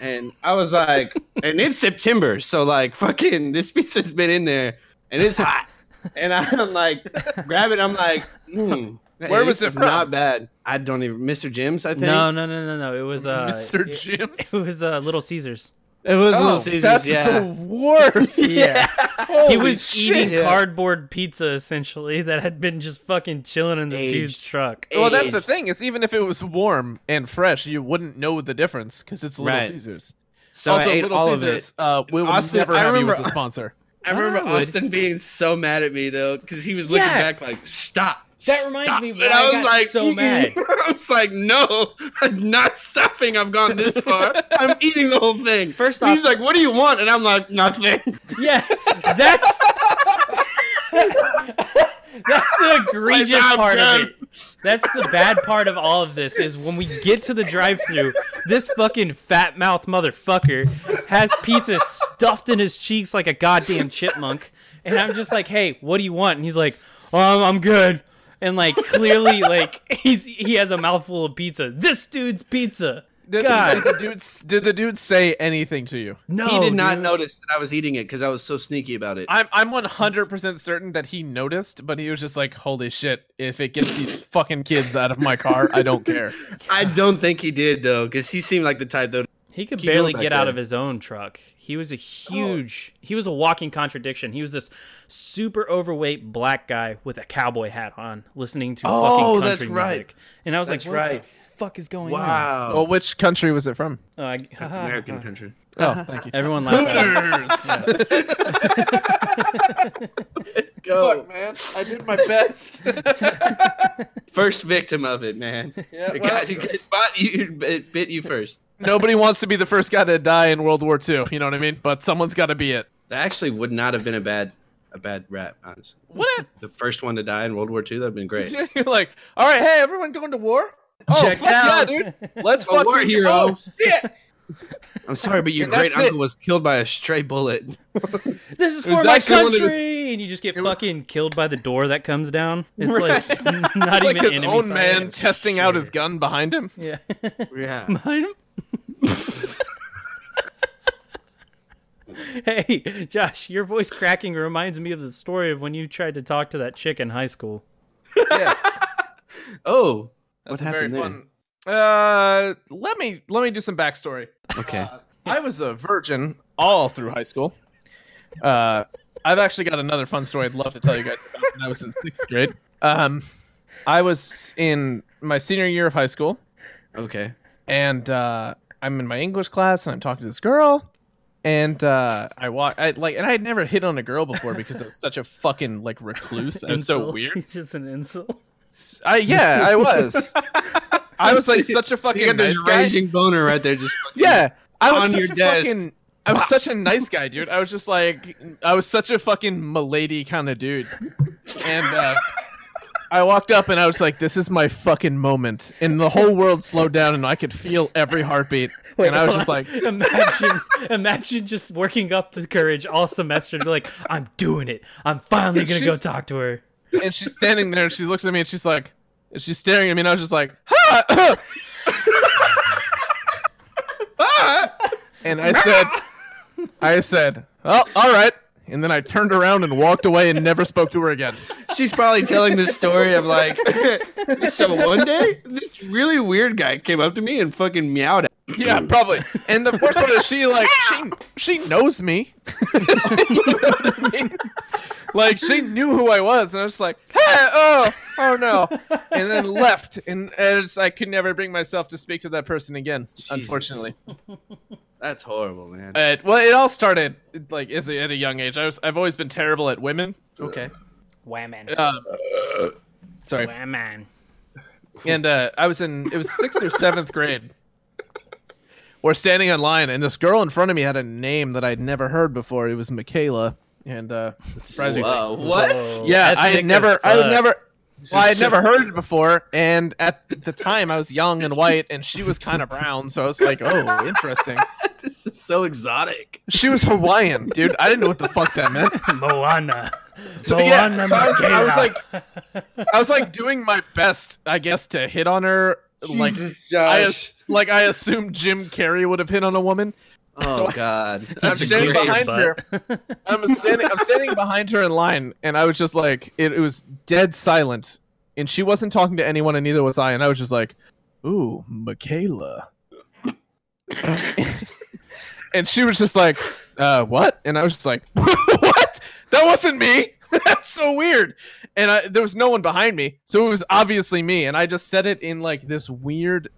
and I was like, and it's September, so like fucking this pizza's been in there and it's hot, and I'm like, grab it. I'm like, hmm,
Where was
this
it
is
from?
Not bad. I don't even Mr. Jim's. I think
No, no, no, no, no. It was uh,
Mr.
It,
Jim's?
[LAUGHS] it was uh, Little Caesars.
it was
Oh,
Little Caesars.
that's
yeah.
the
[LAUGHS]
worst.
Yeah. he was
shit.
eating
Yeah.
cardboard pizza essentially that had been just fucking chilling in this
Aged.
dude's truck.
Aged.
Well, that's the thing is, even if it was warm and fresh, you wouldn't know the difference because it's Little
Right.
Caesars.
So I ate all of it.
Uh, we will
Austin,
never
I
have you as
remember-
a [LAUGHS] sponsor.
I remember
I would.
Austin being so mad at me though, because he was looking
Yeah.
back like, "Stop."
That reminds
stop."
me
And
why I got so
"Mm-mm."
mad.
[LAUGHS] I was like, "No, I'm not stopping. I've gone this far. I'm eating the whole thing."
First
And
off-
he's like, "What do you want?" And I'm like, "Nothing."
[LAUGHS] Yeah, that's that's the egregious
I'm
part of
done.
it. That's the bad part of all of this is when we get to the drive-through, this fucking fat mouth motherfucker has pizza stuffed in his cheeks like a goddamn chipmunk, and I'm just like, "Hey, what do you want?" And he's like, "Um, I'm good." And like clearly, like he's he has a mouthful of pizza. This dude's pizza.
Did,
God.
did the dude did the dude say anything to you?
No,
he did not
dude.
notice that I was eating it because I was so sneaky about it.
I'm I'm 100% certain that he noticed, but he was just like, "Holy shit, if it gets these fucking kids out of my car, I don't care."
I don't think he did though, because he seemed like the type though.
He could
Keep going
barely
back
get out
there. Oh.
of his own truck. He was a huge, he was a walking contradiction. He was this super overweight black guy with a cowboy hat on, listening to
Oh,
fucking
that's
country
right.
music. And I was
That's
like, what
right.
the fuck is
[LAUGHS]
going
Well,
Wow,
which country was it from?
on? [LAUGHS] Uh, I- haha,
American
haha.
country.
Oh, thank you.
Everyone laughed at him.
[LAUGHS] Go.
man, I did my best.
[LAUGHS] First victim of it, man. Yeah, it, got, it, bought you, it bit you first.
Nobody wants to be the first guy to die in World War II. You know what I mean? But someone's got to be it.
That actually would not have been a bad a bad rap, honestly.
What?
The first one to die in World War II, that'd been great.
[LAUGHS] You're like, all right, hey, everyone going to war? Oh,
Check
fuck
it out. [LAUGHS]
yeah, dude. Let's
A
fucking
war hero.
go. Oh,
[LAUGHS]
Shit.
I'm sorry, but your
And that's
great uncle was killed by a stray bullet.
This is
It was
for my
actually one of
country,
those-
and you just get
it was-
fucking killed by the door that comes down.
[LAUGHS]
It's like [LAUGHS] not
It's like
even
his
enemy
own
fire.
man testing out his gun behind him.
Yeah, [LAUGHS]
Yeah.
behind him. hey, Josh, your voice cracking reminds me of the story of when you tried to talk to that chick in high school.
Yes.
Oh, what
That's a
happened
very
there?
fun. Uh, let me let me do some backstory.
Okay.
I was a virgin all through high school. Uh, I've actually got another fun story I'd love to tell you guys about when I was in sixth grade. Um, I was in my senior year of high school,
Okay.
and uh, I'm in my English class, and I'm talking to this girl, and uh, I walk, I like, and I had never hit on a girl before because I was such a fucking like recluse. I was so
Insel.
weird.
He's [LAUGHS] just an insult.
I yeah,
[LAUGHS]
I was. I was like such a fucking
You got this
nice guy.
raging boner right there.
[LAUGHS]
Just fucking-
Yeah, I was
on
such
your
a
desk.
fucking. I was such a nice guy, dude. I was just like, I was such a fucking milady kind of dude, and uh, I walked up and I was like, "This is my fucking moment," and the whole world slowed down, and I could feel every heartbeat, and I was just like,
[LAUGHS] imagine, imagine just working up to courage all semester to be like, I'm doing it. I'm finally gonna go
She's-
talk to her.
and she's standing there, and she looks at me, and she's like, and she's staring at me, and I was just like, "Ha!" [LAUGHS] Ah! and I said, I said, "Oh, all right," and then I turned around and walked away and never spoke to her again.
She's probably telling this story of like, [LAUGHS] so one day this really weird guy came up to me and fucking meowed at me.
Yeah, probably. And the worst part is she like she she knows me. [LAUGHS] You know what I mean? Like she knew who I was, and I was just like, hey, oh, oh no, and then left, and, and it's, I could never bring myself to speak to that person again. Unfortunately,
That's horrible, man.
Uh, well, it all started like as a, at a young age. I was I've always been terrible at women. Um,
Okay.
Women,
Uh, Sorry,
women.
and uh, I was in it was sixth or seventh grade. We're standing in line, and this girl in front of me had a name that I'd never heard before. It was Michaela, and uh, surprisingly,
Whoa, what?
yeah, I
Ethnic
had never,
as
I
fuck.
had never, well, I had never heard it before. And at the time, I was young and white, and she was kind of brown, so I was like, oh, interesting.
[LAUGHS] This is so exotic.
She was Hawaiian, dude. I didn't know what the fuck that
[LAUGHS]
meant.
Moana.
So, yeah, so I, was, I was like, I was like doing my best, I guess, to hit on her. Like I as- like I assumed Jim Carrey would have hit on a woman.
oh God.
I'm
That's a
standing
great
behind her. I'm standing. I'm standing behind her in line, and I was just like, it, it was dead silent, and she wasn't talking to anyone, and neither was I, and I was just like, ooh, Michaela, [LAUGHS] and she was just like, uh, what? And I was just like, [LAUGHS] what? That wasn't me. [LAUGHS] That's so weird. And I, there was no one behind me, so it was obviously me, and I just said it in like this weird,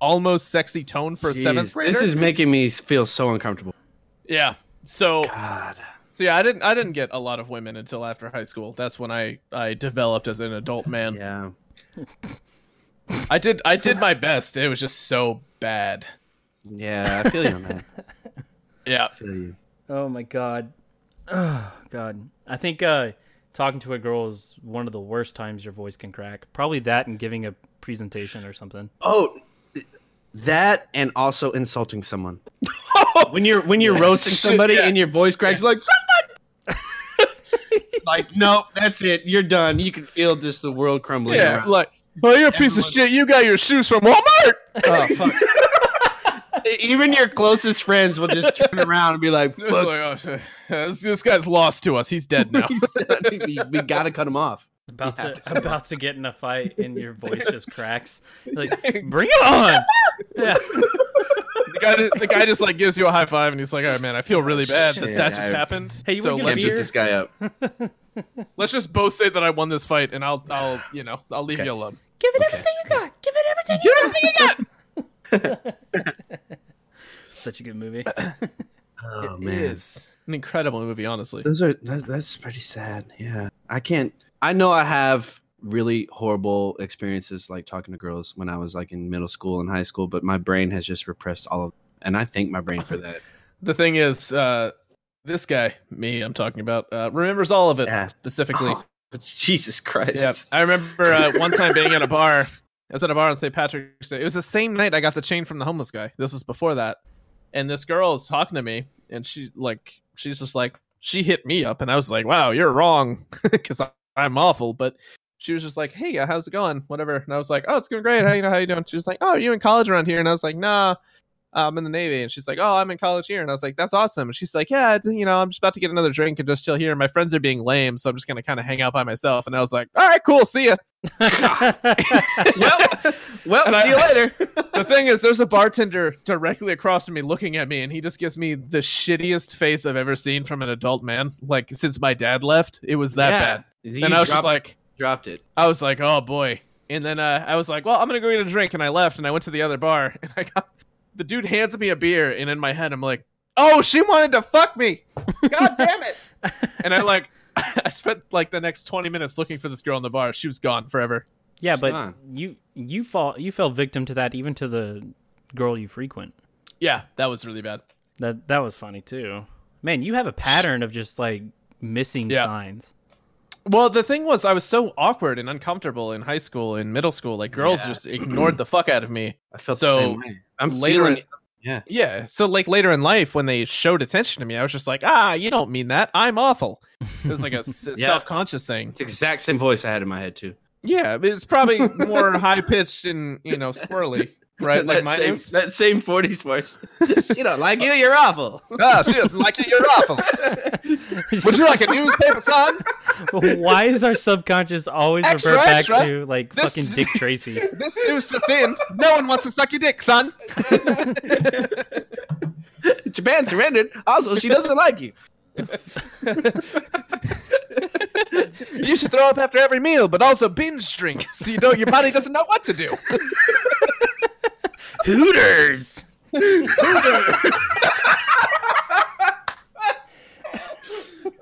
almost sexy tone for a seventh grader.
this is making me feel so uncomfortable.
yeah. So
God.
So yeah, I didn't I didn't get a lot of women until after high school. That's when I I developed as an adult man.
Yeah.
I did I did my best. It was just so bad.
Yeah, I feel you on that.
Yeah.
I feel you.
[SIGHS] oh my god. Oh god. I think uh talking to a girl is one of the worst times your voice can crack. Probably that and giving a presentation or something.
[LAUGHS] Oh, that and also insulting
[LAUGHS]
someone.
When you're when you're roasting
Somebody in your voice cracks like [LAUGHS] someone. like no, that's it. You're done. You can feel just the world crumbling.
Yeah,
around.
like, oh, you're a piece of shit. You got your shoes from Walmart. Oh, fuck.
[LAUGHS] even your closest friends will just turn around and be
[LAUGHS]
like,
[LAUGHS] It's like,
"Fuck, [LAUGHS]
oh, shit. this, this guy's lost to us. He's dead now.
we, we gotta cut him off."
about
Yeah.
to [LAUGHS] about to get in a fight and your voice just cracks. You're
[LAUGHS]
Like bring it on. [LAUGHS] Yeah.
the, guy, ju- the guy just like gives you a high five, and he's like, "All right, man, I feel really bad that
Shit,
that just
I-
happened.
Hey, you
so
wanna get a
let's
Can't
beer?
shoot
just,
this guy up.
let's just both say that I won this fight, and I'll I'll you know I'll leave
Okay.
you alone.
Give it everything you got. Give it everything you [LAUGHS]
[LAUGHS] Such a good movie.
Oh
It is an incredible movie, honestly.
those are that, that's pretty sad. Yeah, I can't. I know I have really horrible experiences like talking to girls when I was like in middle school and high school, but my brain has just repressed all of. And I thank my brain for
[LAUGHS]
that.
The thing is, uh, this guy, me, I'm talking about, uh, remembers all of it
Yeah.
specifically.
[LAUGHS] Jesus Christ!
Yeah, I remember uh, one time being at a bar. I was at a bar on St. Patrick's Day. It was the same night I got the chain from the homeless guy. This was before that, and this girl is talking to me, and she like she's just like she hit me up, and I was like, "Wow, you're wrong," [LAUGHS] because I'm awful. But she was just like, "Hey, uh, how's it going? Whatever." And I was like, "Oh, it's going great. How you know how you doing?" She was like, "Oh, are you in college around here?" And I was like, "Nah." uh, I'm in the Navy, and she's like, "Oh, I'm in college here," and I was like, "That's awesome." And she's like, "Yeah, you know, I'm just about to get another drink and just chill here. My friends are being lame, so I'm just gonna kind of hang out by myself." And I was like, "All right, cool, see ya." [LAUGHS] well,
Well,
And
see
I-
you later.
the thing is, there's a bartender directly across from me looking at me, and he just gives me the shittiest face I've ever seen from an adult man. Like since my dad left, it was that bad.
You
[LAUGHS] and I was just
dropped-
like,
dropped it.
I was like, oh boy. And then uh, I was like, well, I'm gonna go get a drink, and I left, and I went to the other bar, [LAUGHS] and I got the dude hands me a beer, and in my head, I'm like, oh, she wanted to fuck me. God damn it. and I like, [LAUGHS] I spent like the next 20 minutes looking for this girl in the bar. She was gone forever.
[LAUGHS] yeah, but
Sean.
you you fall you fell victim to that even to the girl you frequent.
Yeah, that was really bad.
That that was funny too. Man, you have a pattern of just like missing
Yeah.
signs.
Well, the thing was, I was so awkward and uncomfortable in high school and middle school. Like girls
Yeah.
just ignored the fuck out of me.
I felt
So,
the same way. I'm
later
feeling
in- Yeah. So like later in life, when they showed attention to me, I was just like, ah, you don't mean that. I'm awful. It was [LAUGHS] like a s-
Yeah.
self-conscious thing.
it's the exact same voice I had in my head too.
Yeah, but it's probably [LAUGHS] more high pitched and you know squirrely,
[LAUGHS]
right? Like
that,
mine
same,
is.
that same 40s voice. [LAUGHS] she don't like you. You're awful.
[LAUGHS]
[LAUGHS]
Ah, she doesn't like it. You're awful. [LAUGHS] Would you like a newspaper, son?
[LAUGHS] Why is our subconscious always
Extra,
revert back
extra.
to like
This-
fucking Dick
[LAUGHS]
Tracy?
This news just in. No one wants to suck your dick, son.
Japan surrendered. Also, she doesn't like you.
You should throw up after every meal, but also binge drink, so you know your body doesn't know what to do.
Hooters.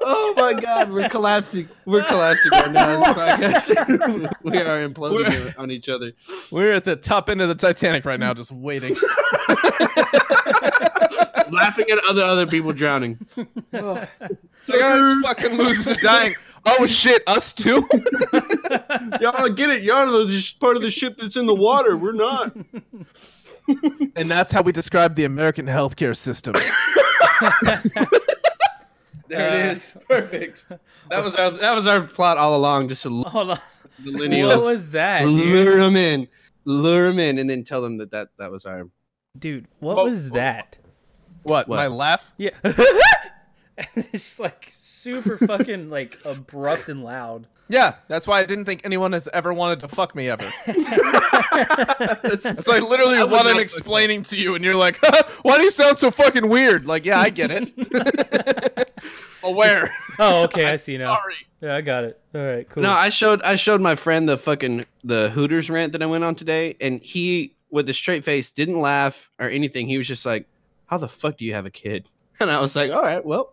Oh my God, we're collapsing. We're collapsing right now. This podcast. [LAUGHS] we are imploding on each other.
We're at the top end of the Titanic right now, just waiting.
Laughing at other other people [LAUGHS] drowning.
Look at these fucking losers [LAUGHS] dying. Oh shit, us too.
Y'all don't get it. Y'all are the part of the ship that's in the water. We're not.
[LAUGHS] and that's how we describe the American healthcare system.
There it is.
[LAUGHS]
Perfect. That was our that was our plot all along. Just to lure
Hold on.
the
What
millennials,
was that? Dude,
lure them in, lure them in, and then tell them that that, that was our
Dude, what
Well-
was that?
[LAUGHS] [LAUGHS] What,
What?
My laugh?
Yeah. [LAUGHS] it's just, like super fucking like abrupt and loud.
Yeah, that's why I didn't think anyone has ever wanted to fuck me ever. It's like literally
would
what
not
I'm
fuck
explaining to you, and you're like, [LAUGHS] "Why do you sound so fucking weird?" Like, yeah, I get it. [LAUGHS] Aware.
Oh, okay, I see now.
Sorry.
Yeah, I got it. All right, cool.
No, I showed I showed my friend the fucking the Hooters rant that I went on today, and he with a straight face didn't laugh or anything. He was just like, "How the fuck do you have a kid?" [LAUGHS] And I was like, "All right, well,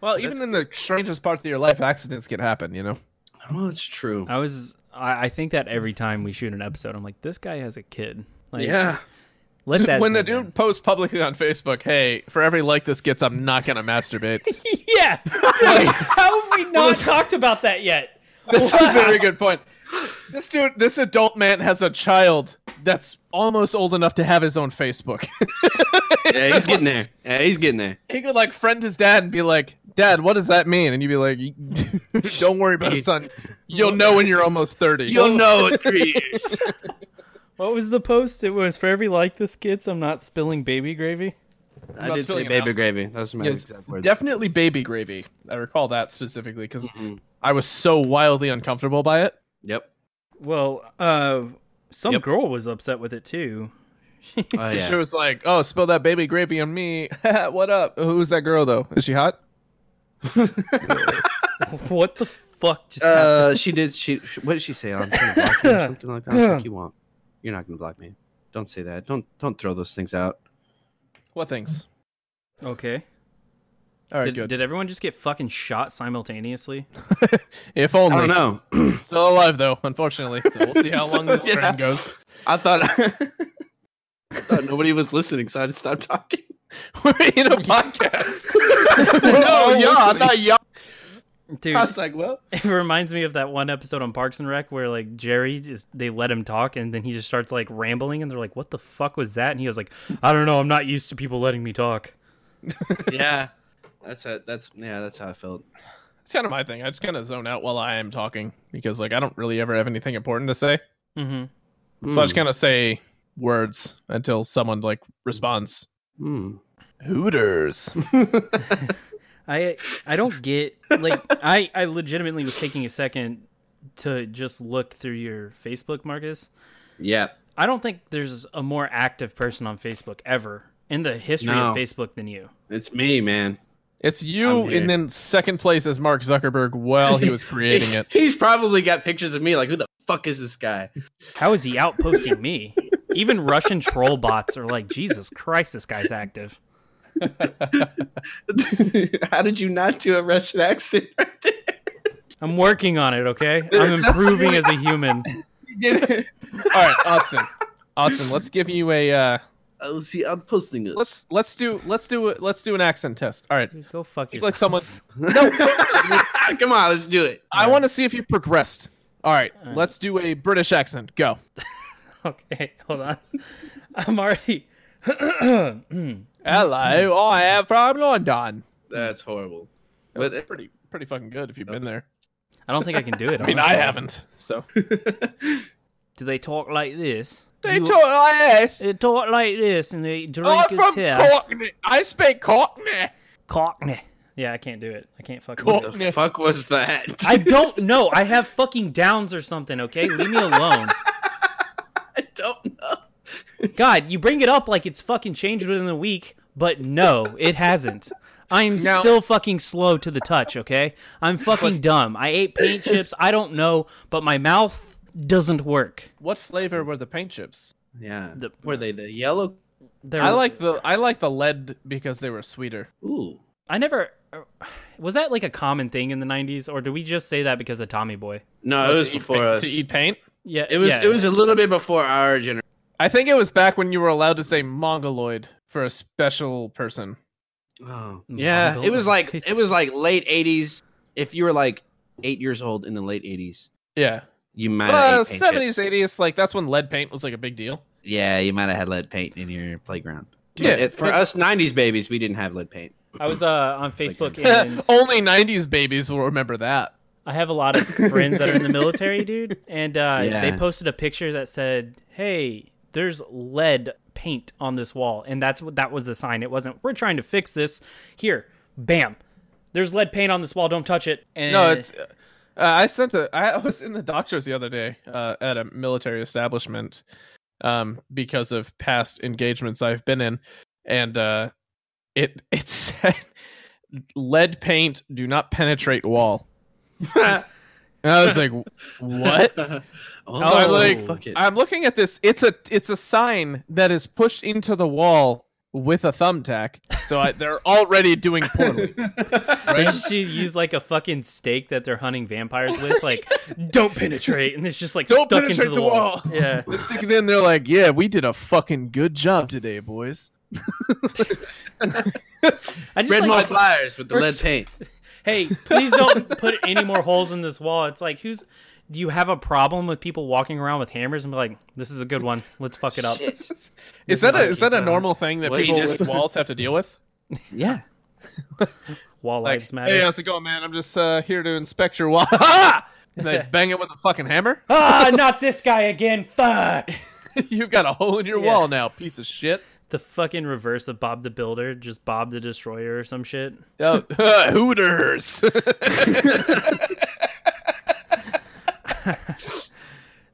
Well, even in the strangest parts of your life, accidents can happen. You know.
well, it's true."
I was I, I think that every time we shoot an episode, I'm like, this guy has a kid. Like
Yeah,
[LAUGHS]
let that
when the
sink in.
dude posts publicly on Facebook, "Hey, for every like this gets, I'm not gonna masturbate."
Yeah. Dude, [LAUGHS] how have we not
not
was-
talked about that yet.
That's a [LAUGHS] very good point. This dude, this adult man has a child that's almost old enough to have his own Facebook. [LAUGHS]
Yeah, he's getting there. Yeah, he's getting there.
he could like friend his dad and be like, "Dad, what does that mean?" And you'd be like, [LAUGHS] "Don't worry about it, son. You'll know when you're almost
[LAUGHS]
30.
You'll know in three years.
What was the post? It was for every like this gets, I'm not spilling baby gravy.
[LAUGHS] I
About
did say
spilling an
baby
ounce.
gravy. That was my
Yes,
exact words.
definitely baby gravy. I recall that specifically because
Mm-hmm.
I was so wildly uncomfortable by it.
[LAUGHS] yep.
Well, uh, some
Yep.
girl was upset with it too.
Oh,
She
yeah.
was like, "Oh, spill that baby gravy on me." [LAUGHS] what up? Who's that girl though? Is she hot?
[LAUGHS] what the fuck just happened?
[LAUGHS] Uh, she did. She what did she say? I'm gonna block [LAUGHS] you or something like that. I was like, you won't. You're not gonna block me. Don't say that. Don't don't throw those things out.
What things?
Okay.
All right,
Did,
good.
did everyone just get fucking
[LAUGHS]
shot simultaneously?
if
I
only.
don't know.
Still alive though, unfortunately. So we'll see how long [LAUGHS] this
yeah.
trend goes.
I thought [LAUGHS] I thought nobody was listening, so I just stopped talking.
[LAUGHS] We're in [LAUGHS] a podcast.
no, yeah, I thought y'all.
Dude,
I was like, well,
it reminds me of that one episode on Parks and Rec where like Jerry just they let him talk and then he just starts like rambling and they're like, "What the fuck was that?" And he was like, "I don't know. I'm not used to people letting me talk."
yeah. That's how, that's yeah. That's how I felt.
it's kind of my thing. I just kind of zone out while I am talking because like I don't really ever have anything important to say.
Mm-hmm.
So
Hmm.
I just kind of say words until someone like responds. hmm.
Mm.
Hooters.
I I don't get
[LAUGHS]
like I I legitimately was taking a second to just look through your Facebook, Marcus.
Yeah.
I don't think there's a more active person on Facebook ever in the history
No.
of Facebook than you.
It's me, man.
[LAUGHS] It's you,
I'm here.
and then second place is Mark Zuckerberg while he was
[LAUGHS]
creating it.
He's probably got pictures of me. Like, who the fuck is this guy? [LAUGHS]
How is he outposting me? Even Russian troll bots are like, Jesus Christ, this guy's active.
How did you not do a Russian accent [LAUGHS] right there?
I'm working on
[LAUGHS]
it, okay? I'm improving as a human.
You did it.
All right, Austin. Austin, let's give you a uh,
Oh, see, I'm posting this.
let's let's do let's do a, let's do an accent test. All right,
Dude, Go fuck
Speak
yourself.
like someone.
[LAUGHS] Come on, let's do it.
I want to see if you've progressed. All right,
right.
let's do a British accent. Go.
[LAUGHS] Okay, hold on. I'm already. [CLEARS THROAT]
Hello, I am from London.
That's horrible.
But
But
pretty pretty fucking good if you've been there.
I don't think I can do it.
I mean, I haven't. [LAUGHS] So
Do they talk like this?
they
Do-
talk like this.
They talk like this and they drink
I'm
his
from
hair.
Cockney. I speak Cockney.
Cockney.
Yeah, I can't do it. I can't fucking.
Cool.
Do it.
the fuck was that?
I
I don't know. I have fucking downs or something. Okay, leave me alone.
I [LAUGHS] don't know.
God, you bring it up like it's fucking changed within a week, but no, it hasn't. I'm still fucking slow to the touch, okay? I'm fucking dumb. I ate paint chips, I don't know, but my mouth doesn't work.
What flavor were the paint chips?
Yeah.
The-
Were
uh,
they the yellow?
They're-
I like the I like the lead because they were sweeter.
Ooh.
I never.
uh,
Was that like a common thing in the '90s, or do we just say that because of Tommy Boy?
No, it was before us.
to eat paint.
Yeah,
It was
yeah.
it was a little bit before our generation.
I think it was back when you were allowed to say mongoloid for a special person.
Oh.
Mm,
Yeah, it was
[LAUGHS]
like it was like late 80s if you were like 8 years old in the late 80s.
Yeah,
You might have
well,
ate paint
Uh, seventies,
chips.
eighties, like that's when lead paint was like a big deal.
Yeah, you might have had lead paint in your playground.
Yeah.
But it- for us 90s babies, we didn't have lead paint.
I was uh, on Facebook, and
[LAUGHS] Only nineties babies will remember that.
I have a lot of friends that are in
[LAUGHS]
the military, dude, and uh,
Yeah.
they posted a picture that said, "Hey, there's lead paint on this wall," and that's what that was the sign. It wasn't. We're trying to fix this. Here, bam. There's lead paint on this wall. Don't touch it. And
No, it's. Uh, I sent a. I was in the doctor's the other day uh, at a military establishment, um, because of past engagements I've been in, and uh, it [LAUGHS] it said lead paint do not penetrate wall. And I was like, what?
[LAUGHS] oh,
So I'm like,
fuck it.
I'm looking at this. It's a it's a sign that is pushed into the wall with a thumbtack. So I, they're already doing poorly.
[LAUGHS]
[LAUGHS]
They just use like a fucking stake that they're hunting vampires
[LAUGHS]
with, like don't penetrate, and it's just like
Don't
stuck into
penetrate
the,
the wall.
wall. Yeah,
they stick it in. They're like, yeah, we did a fucking good job today, boys.
I just
Red
[LAUGHS]
like,
Mall Flyers with the lead
First-
paint.
hey, please don't put any more holes in this wall. It's like, who's. Do you have a problem with people walking around with hammers and be like, this is a good one. Let's fuck it up?
Is that a, is that a normal thing that
Well, you
people
just-
with walls have to deal with?
Yeah.
Wall
Like,
lives matter.
hey, how's it going, man? I'm just uh, here to inspect your wall. [LAUGHS] and they bang it with a fucking hammer. [LAUGHS]
ah, not this guy again. Fuck.
You've got a hole in your wall now, piece of shit.
The fucking reverse of Bob the Builder, just Bob the Destroyer or some shit.
Oh, Hooters.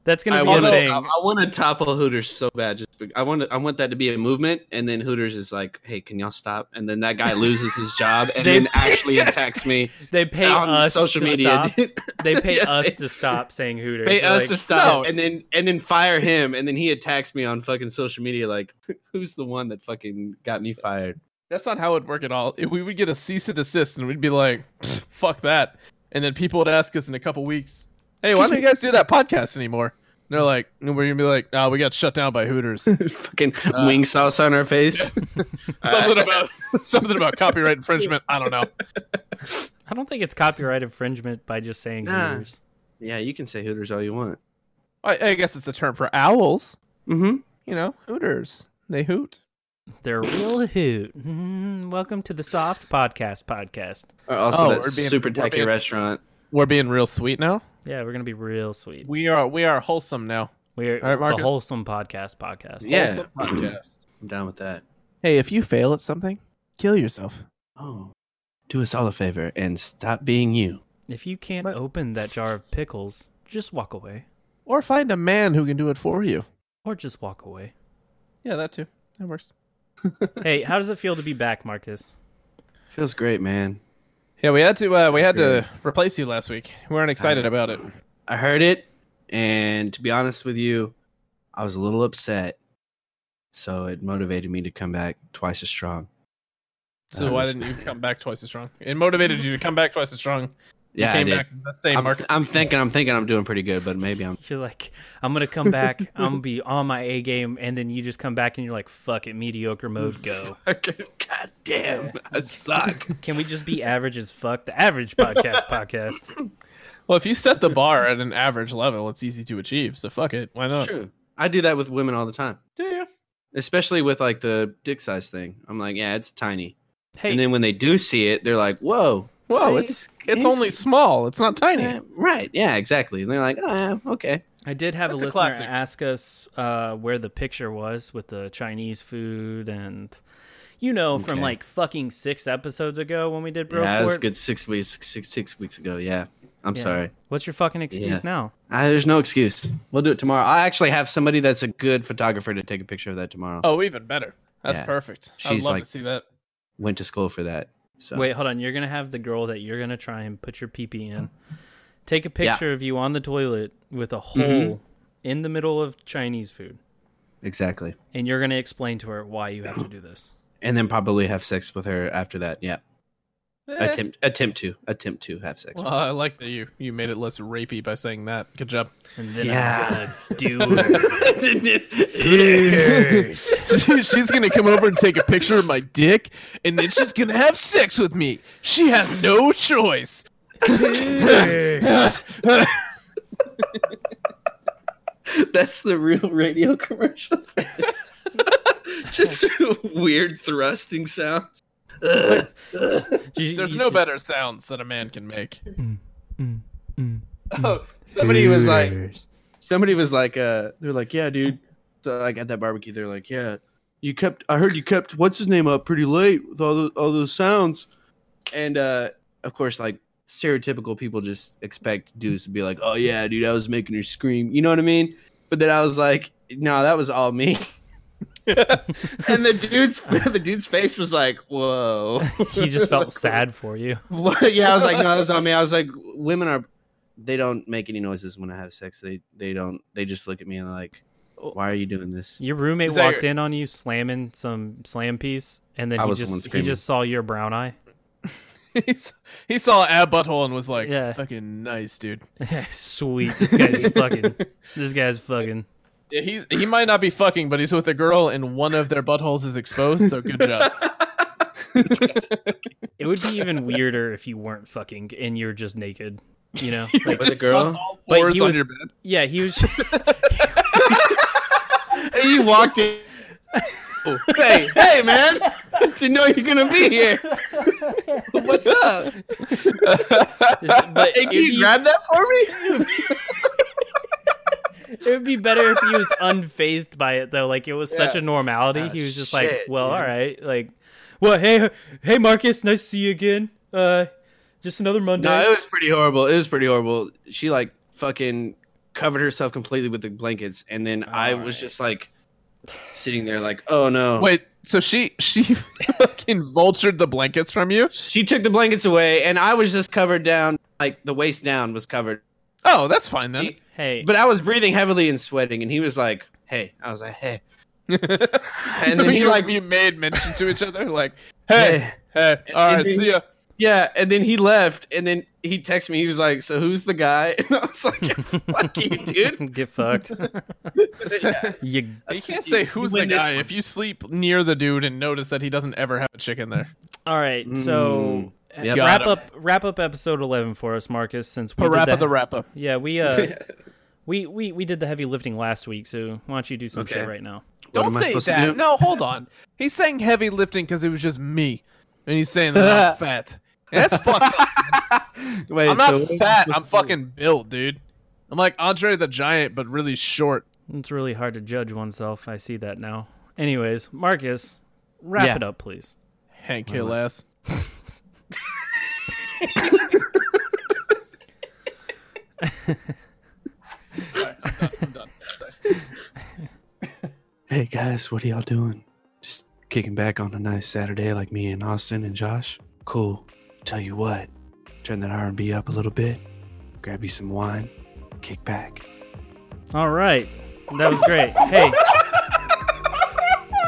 That's gonna
I
be a
want to.
thing.
I want to topple Hooters so bad. Just be- I want. I want that to be a movement, and then Hooters is like, "Hey, can y'all stop?" And then that guy loses his job, and
They-
then
[LAUGHS]
actually attacks me
They pay
on
us
social
to
media. [LAUGHS]
stop.
dude.
They pay
Yeah,
us
they-
to stop saying Hooters.
Pay
They're
us
like,
to stop,
no.
and then and then fire him, and then he attacks me on fucking social media. Like, [LAUGHS] who's the one that fucking got me fired?
That's not how it would work at all. If we would get a cease and desist, and we'd be like, "Pfft, "Fuck that," and then people would ask us in a couple weeks, "Hey, why don't you guys do that podcast anymore?" And they're like, and "We're gonna be like, oh, we got shut down by Hooters."
fucking
Uh,
wing sauce on our [LAUGHS] face.
[LAUGHS] something about [LAUGHS] something about copyright infringement. I don't know.
I don't think it's copyright infringement by just saying
Nah.
Hooters.
yeah, you can say Hooters all you want.
I, I guess it's a term for owls.
Mm-hmm.
You know, Hooters. They hoot.
They're a real hoot. Mm, welcome to the Soft Podcast podcast.
Also,
Oh,
that
we're being-
super
we're
tacky
being-
restaurant.
We're being real sweet now.
Yeah, we're gonna be real sweet.
We are. We are wholesome now.
We're
All right,
the
Marcus.
wholesome podcast podcast.
Yeah.
Wholesome podcast.
I'm down with that.
Hey, if you fail at something, kill yourself.
Oh, do us all a favor and stop being you.
If you can't
But-
open that jar of pickles, just walk away,
Or find a man who can do it for you.
or just walk away.
Yeah, that too. That works.
hey, how does it feel to be back, Marcus? [LAUGHS]
Feels great, man.
Yeah, we had to uh, we had to replace you last week. We weren't excited about it.
I heard it, and to be honest with you, I was a little upset. So it motivated me to come back twice as strong.
So
Uh,
why
it's-
didn't you come back twice as strong? It motivated you to come back twice as strong. You
Yeah, I
came
did.
back the same
I'm,
market.
I'm thinking, I'm thinking, I'm doing pretty good, but maybe I'm. [LAUGHS]
You're like, I'm gonna
[LAUGHS]
come back. I'm gonna be on my A game, and then you just come back and you're like, fuck it, mediocre mode,
[LAUGHS]
[LAUGHS] go.
God damn, [LAUGHS] I suck.
Can we just be average as fuck? The average podcast [LAUGHS] podcast.
Well, if you set the bar at an average level, it's easy to achieve. So fuck it, why not?
True. I do that with women all the time,
Do you?
especially with like the dick size thing. I'm like, yeah, it's tiny.
Hey,
And then when they do see it, they're like, whoa,
Whoa,
Right.
it's it's only small. It's not
Yeah,
tiny.
right. Yeah, exactly. And they're like, oh, yeah, okay.
I did have a
That's a
listener
classic.
ask us uh, where the picture was with the Chinese food and. You know, from
Okay.
like fucking six episodes ago when we did Bro
yeah, that was
Court.
a good six weeks, six, six weeks ago. Yeah. I'm
Yeah.
sorry.
What's your fucking excuse
Yeah.
now?
Uh, there's no excuse. We'll do it tomorrow. I actually have somebody that's a good photographer to take a picture of that tomorrow.
Oh, even better. That's
Yeah.
perfect. I'd
She's
love
like-
to see that.
Went to school for that. So
Wait, hold on. You're gonna have the girl that you're gonna try and put your pee pee in. Take a picture of you on the toilet with a
Mm-hmm.
hole in the middle of Chinese food,
exactly.
and you're gonna explain to her why you have to do this.
And then probably have sex with her after that. Yeah.
Eh.
Attempt attempt to attempt to have sex.
Well, Uh, I like that you you made it less rapey by saying that. Good job.
And then
Yeah.
I'm
[LAUGHS]
gonna do
She- [LAUGHS] she's gonna come over and take a picture of my dick, and then she's gonna have sex with me. She has no choice.
[LAUGHS] That's the real radio [LAUGHS] commercial. Just weird thrusting sounds.
There's no better sounds that a man can make.
Oh, somebody was like, somebody was like, uh, they're like, yeah, dude. So like at that barbecue, they're like, yeah, you kept. I heard you kept what's his name up pretty late with all those, all those sounds, and uh, of course, like stereotypical people just expect dudes to be like, oh yeah, dude, I was making her scream. You know what I mean? But then I was like, no, that was all me. [LAUGHS] and the dude's [LAUGHS] the dude's face was like, whoa.
He just felt sad for you.
What? yeah, I was like, no, that's not me. I was like, women are, they don't make any noises when I have sex. They they don't. They just look at me and they're like, why are you doing this?
Your roommate
Is that
walked in on you slamming some slam piece, and then
I
he
was the one
just he
screaming.
just saw your brown [LAUGHS] eye.
He's, [LAUGHS] he saw ab butthole and was like,
Yeah.
"Fucking nice, dude."
Sweet, this [LAUGHS] guy's fucking. This guy's fucking.
Yeah, he's [LAUGHS] he might not be fucking, but he's with a girl, and one of their buttholes is exposed. So good job.
It would be even weirder if you weren't fucking and you're just naked. You [LAUGHS] know, like,
With a girl? [LAUGHS]
But
Fours
he
on
was-
your bed.
[LAUGHS]
yeah, he [LAUGHS] was.
Hey, you walked in. Oh, hey, hey, man! Didn't know you're gonna be here. What's up?
but
Hey,
it'd
can you
be,
grab that for me?
it would be better if he was unfazed by it though. Like it was such
Yeah.
a normality.
Ah,
he was just like,
shit,
well,
dude.
all right, like, well, hey, hey, Marcus, nice to see you again. Uh, just another Monday.
no, it was pretty horrible. It was pretty horrible. She like fucking covered herself completely with the blankets, and then I was just like sitting there, like, oh no.
Wait, so she she [LAUGHS] fucking vultured the blankets from you?
She took the blankets away, and I was just covered down, like the waist down was covered.
Oh, that's fine [LAUGHS] then.
hey,
But I was breathing heavily and sweating, and he was like, "Hey," I was like, "Hey," and then he
you,
like,
you made mention to each other
[LAUGHS]
like, hey, hey, all
and
right,
then-
see ya.
"Yeah," and then he left, and then he texted me. He was like, "So who's the guy?" [LAUGHS] And I was like, "Fuck you,
[LAUGHS]
dude."
[LAUGHS] get
[LAUGHS]
fucked. you
You can't say who's the
win this
guy
one.
if you sleep near the dude and notice that he doesn't ever have a chicken there.
all right? So
Yep.
wrap
[LAUGHS]
Mm, Got him.
up wrap up episode eleven for us, Marcus. Since we did
Parappa
that.
the Rappa.
Yeah, we
[LAUGHS]
uh we, we we did the heavy lifting last week, so why don't you do some
Okay.
shit right now?
Don't
am I
say
supposed to
that.
do?
No, hold on. He's saying heavy lifting because it was just me, and he's saying that
[LAUGHS]
I'm fat. And that's fucked up.
Wait,
I'm not
so-
fat. I'm fucking built, dude. I'm like Andre the Giant, but really short.
It's really hard to judge oneself. I see that now. Anyways, Marcus, wrap
Yeah.
it up, please.
Hank Hill ass.
Hey guys, what are y'all doing? Just kicking back on a nice Saturday like me and Austin and Josh. Cool. Tell you what, turn that R&B up a little bit. Grab you some wine. Kick back.
All right, that was great. Hey,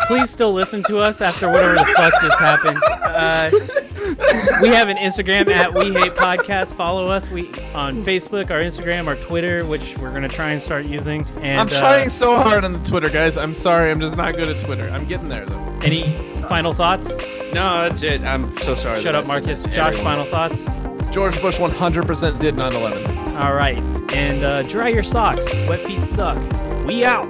please still listen to us after whatever the fuck just happened. Uh, we have an Instagram at We Hate Podcast. Follow us. We on Facebook, our Instagram, our Twitter, which we're gonna try and start using. And
I'm
uh,
trying so hard on the Twitter, guys. I'm sorry. I'm just not good at Twitter. I'm getting there though.
Any final thoughts?
No, that's it. I'm so sorry.
Shut
that
up,
I said
Marcus.
that to
Josh,
everyone.
final thoughts.
George Bush 100% did 9/11.
All right, and uh, dry your socks. Wet feet suck. We out.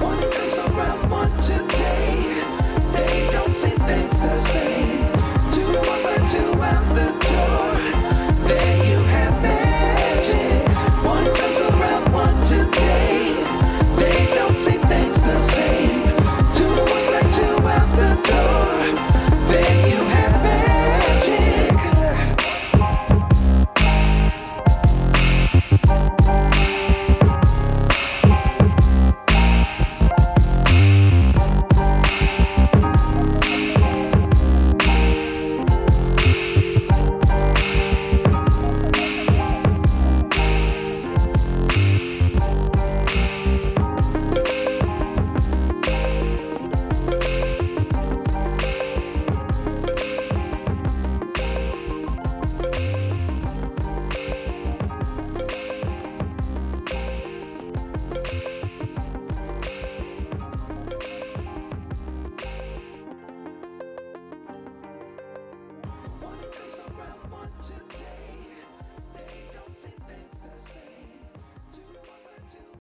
One comes around once a day. They don't see things the same. Two up and two out the door. Then you have magic. One comes around once a day. They don't see things the same. Two up and two out the door. Then you have magic.
One comes around.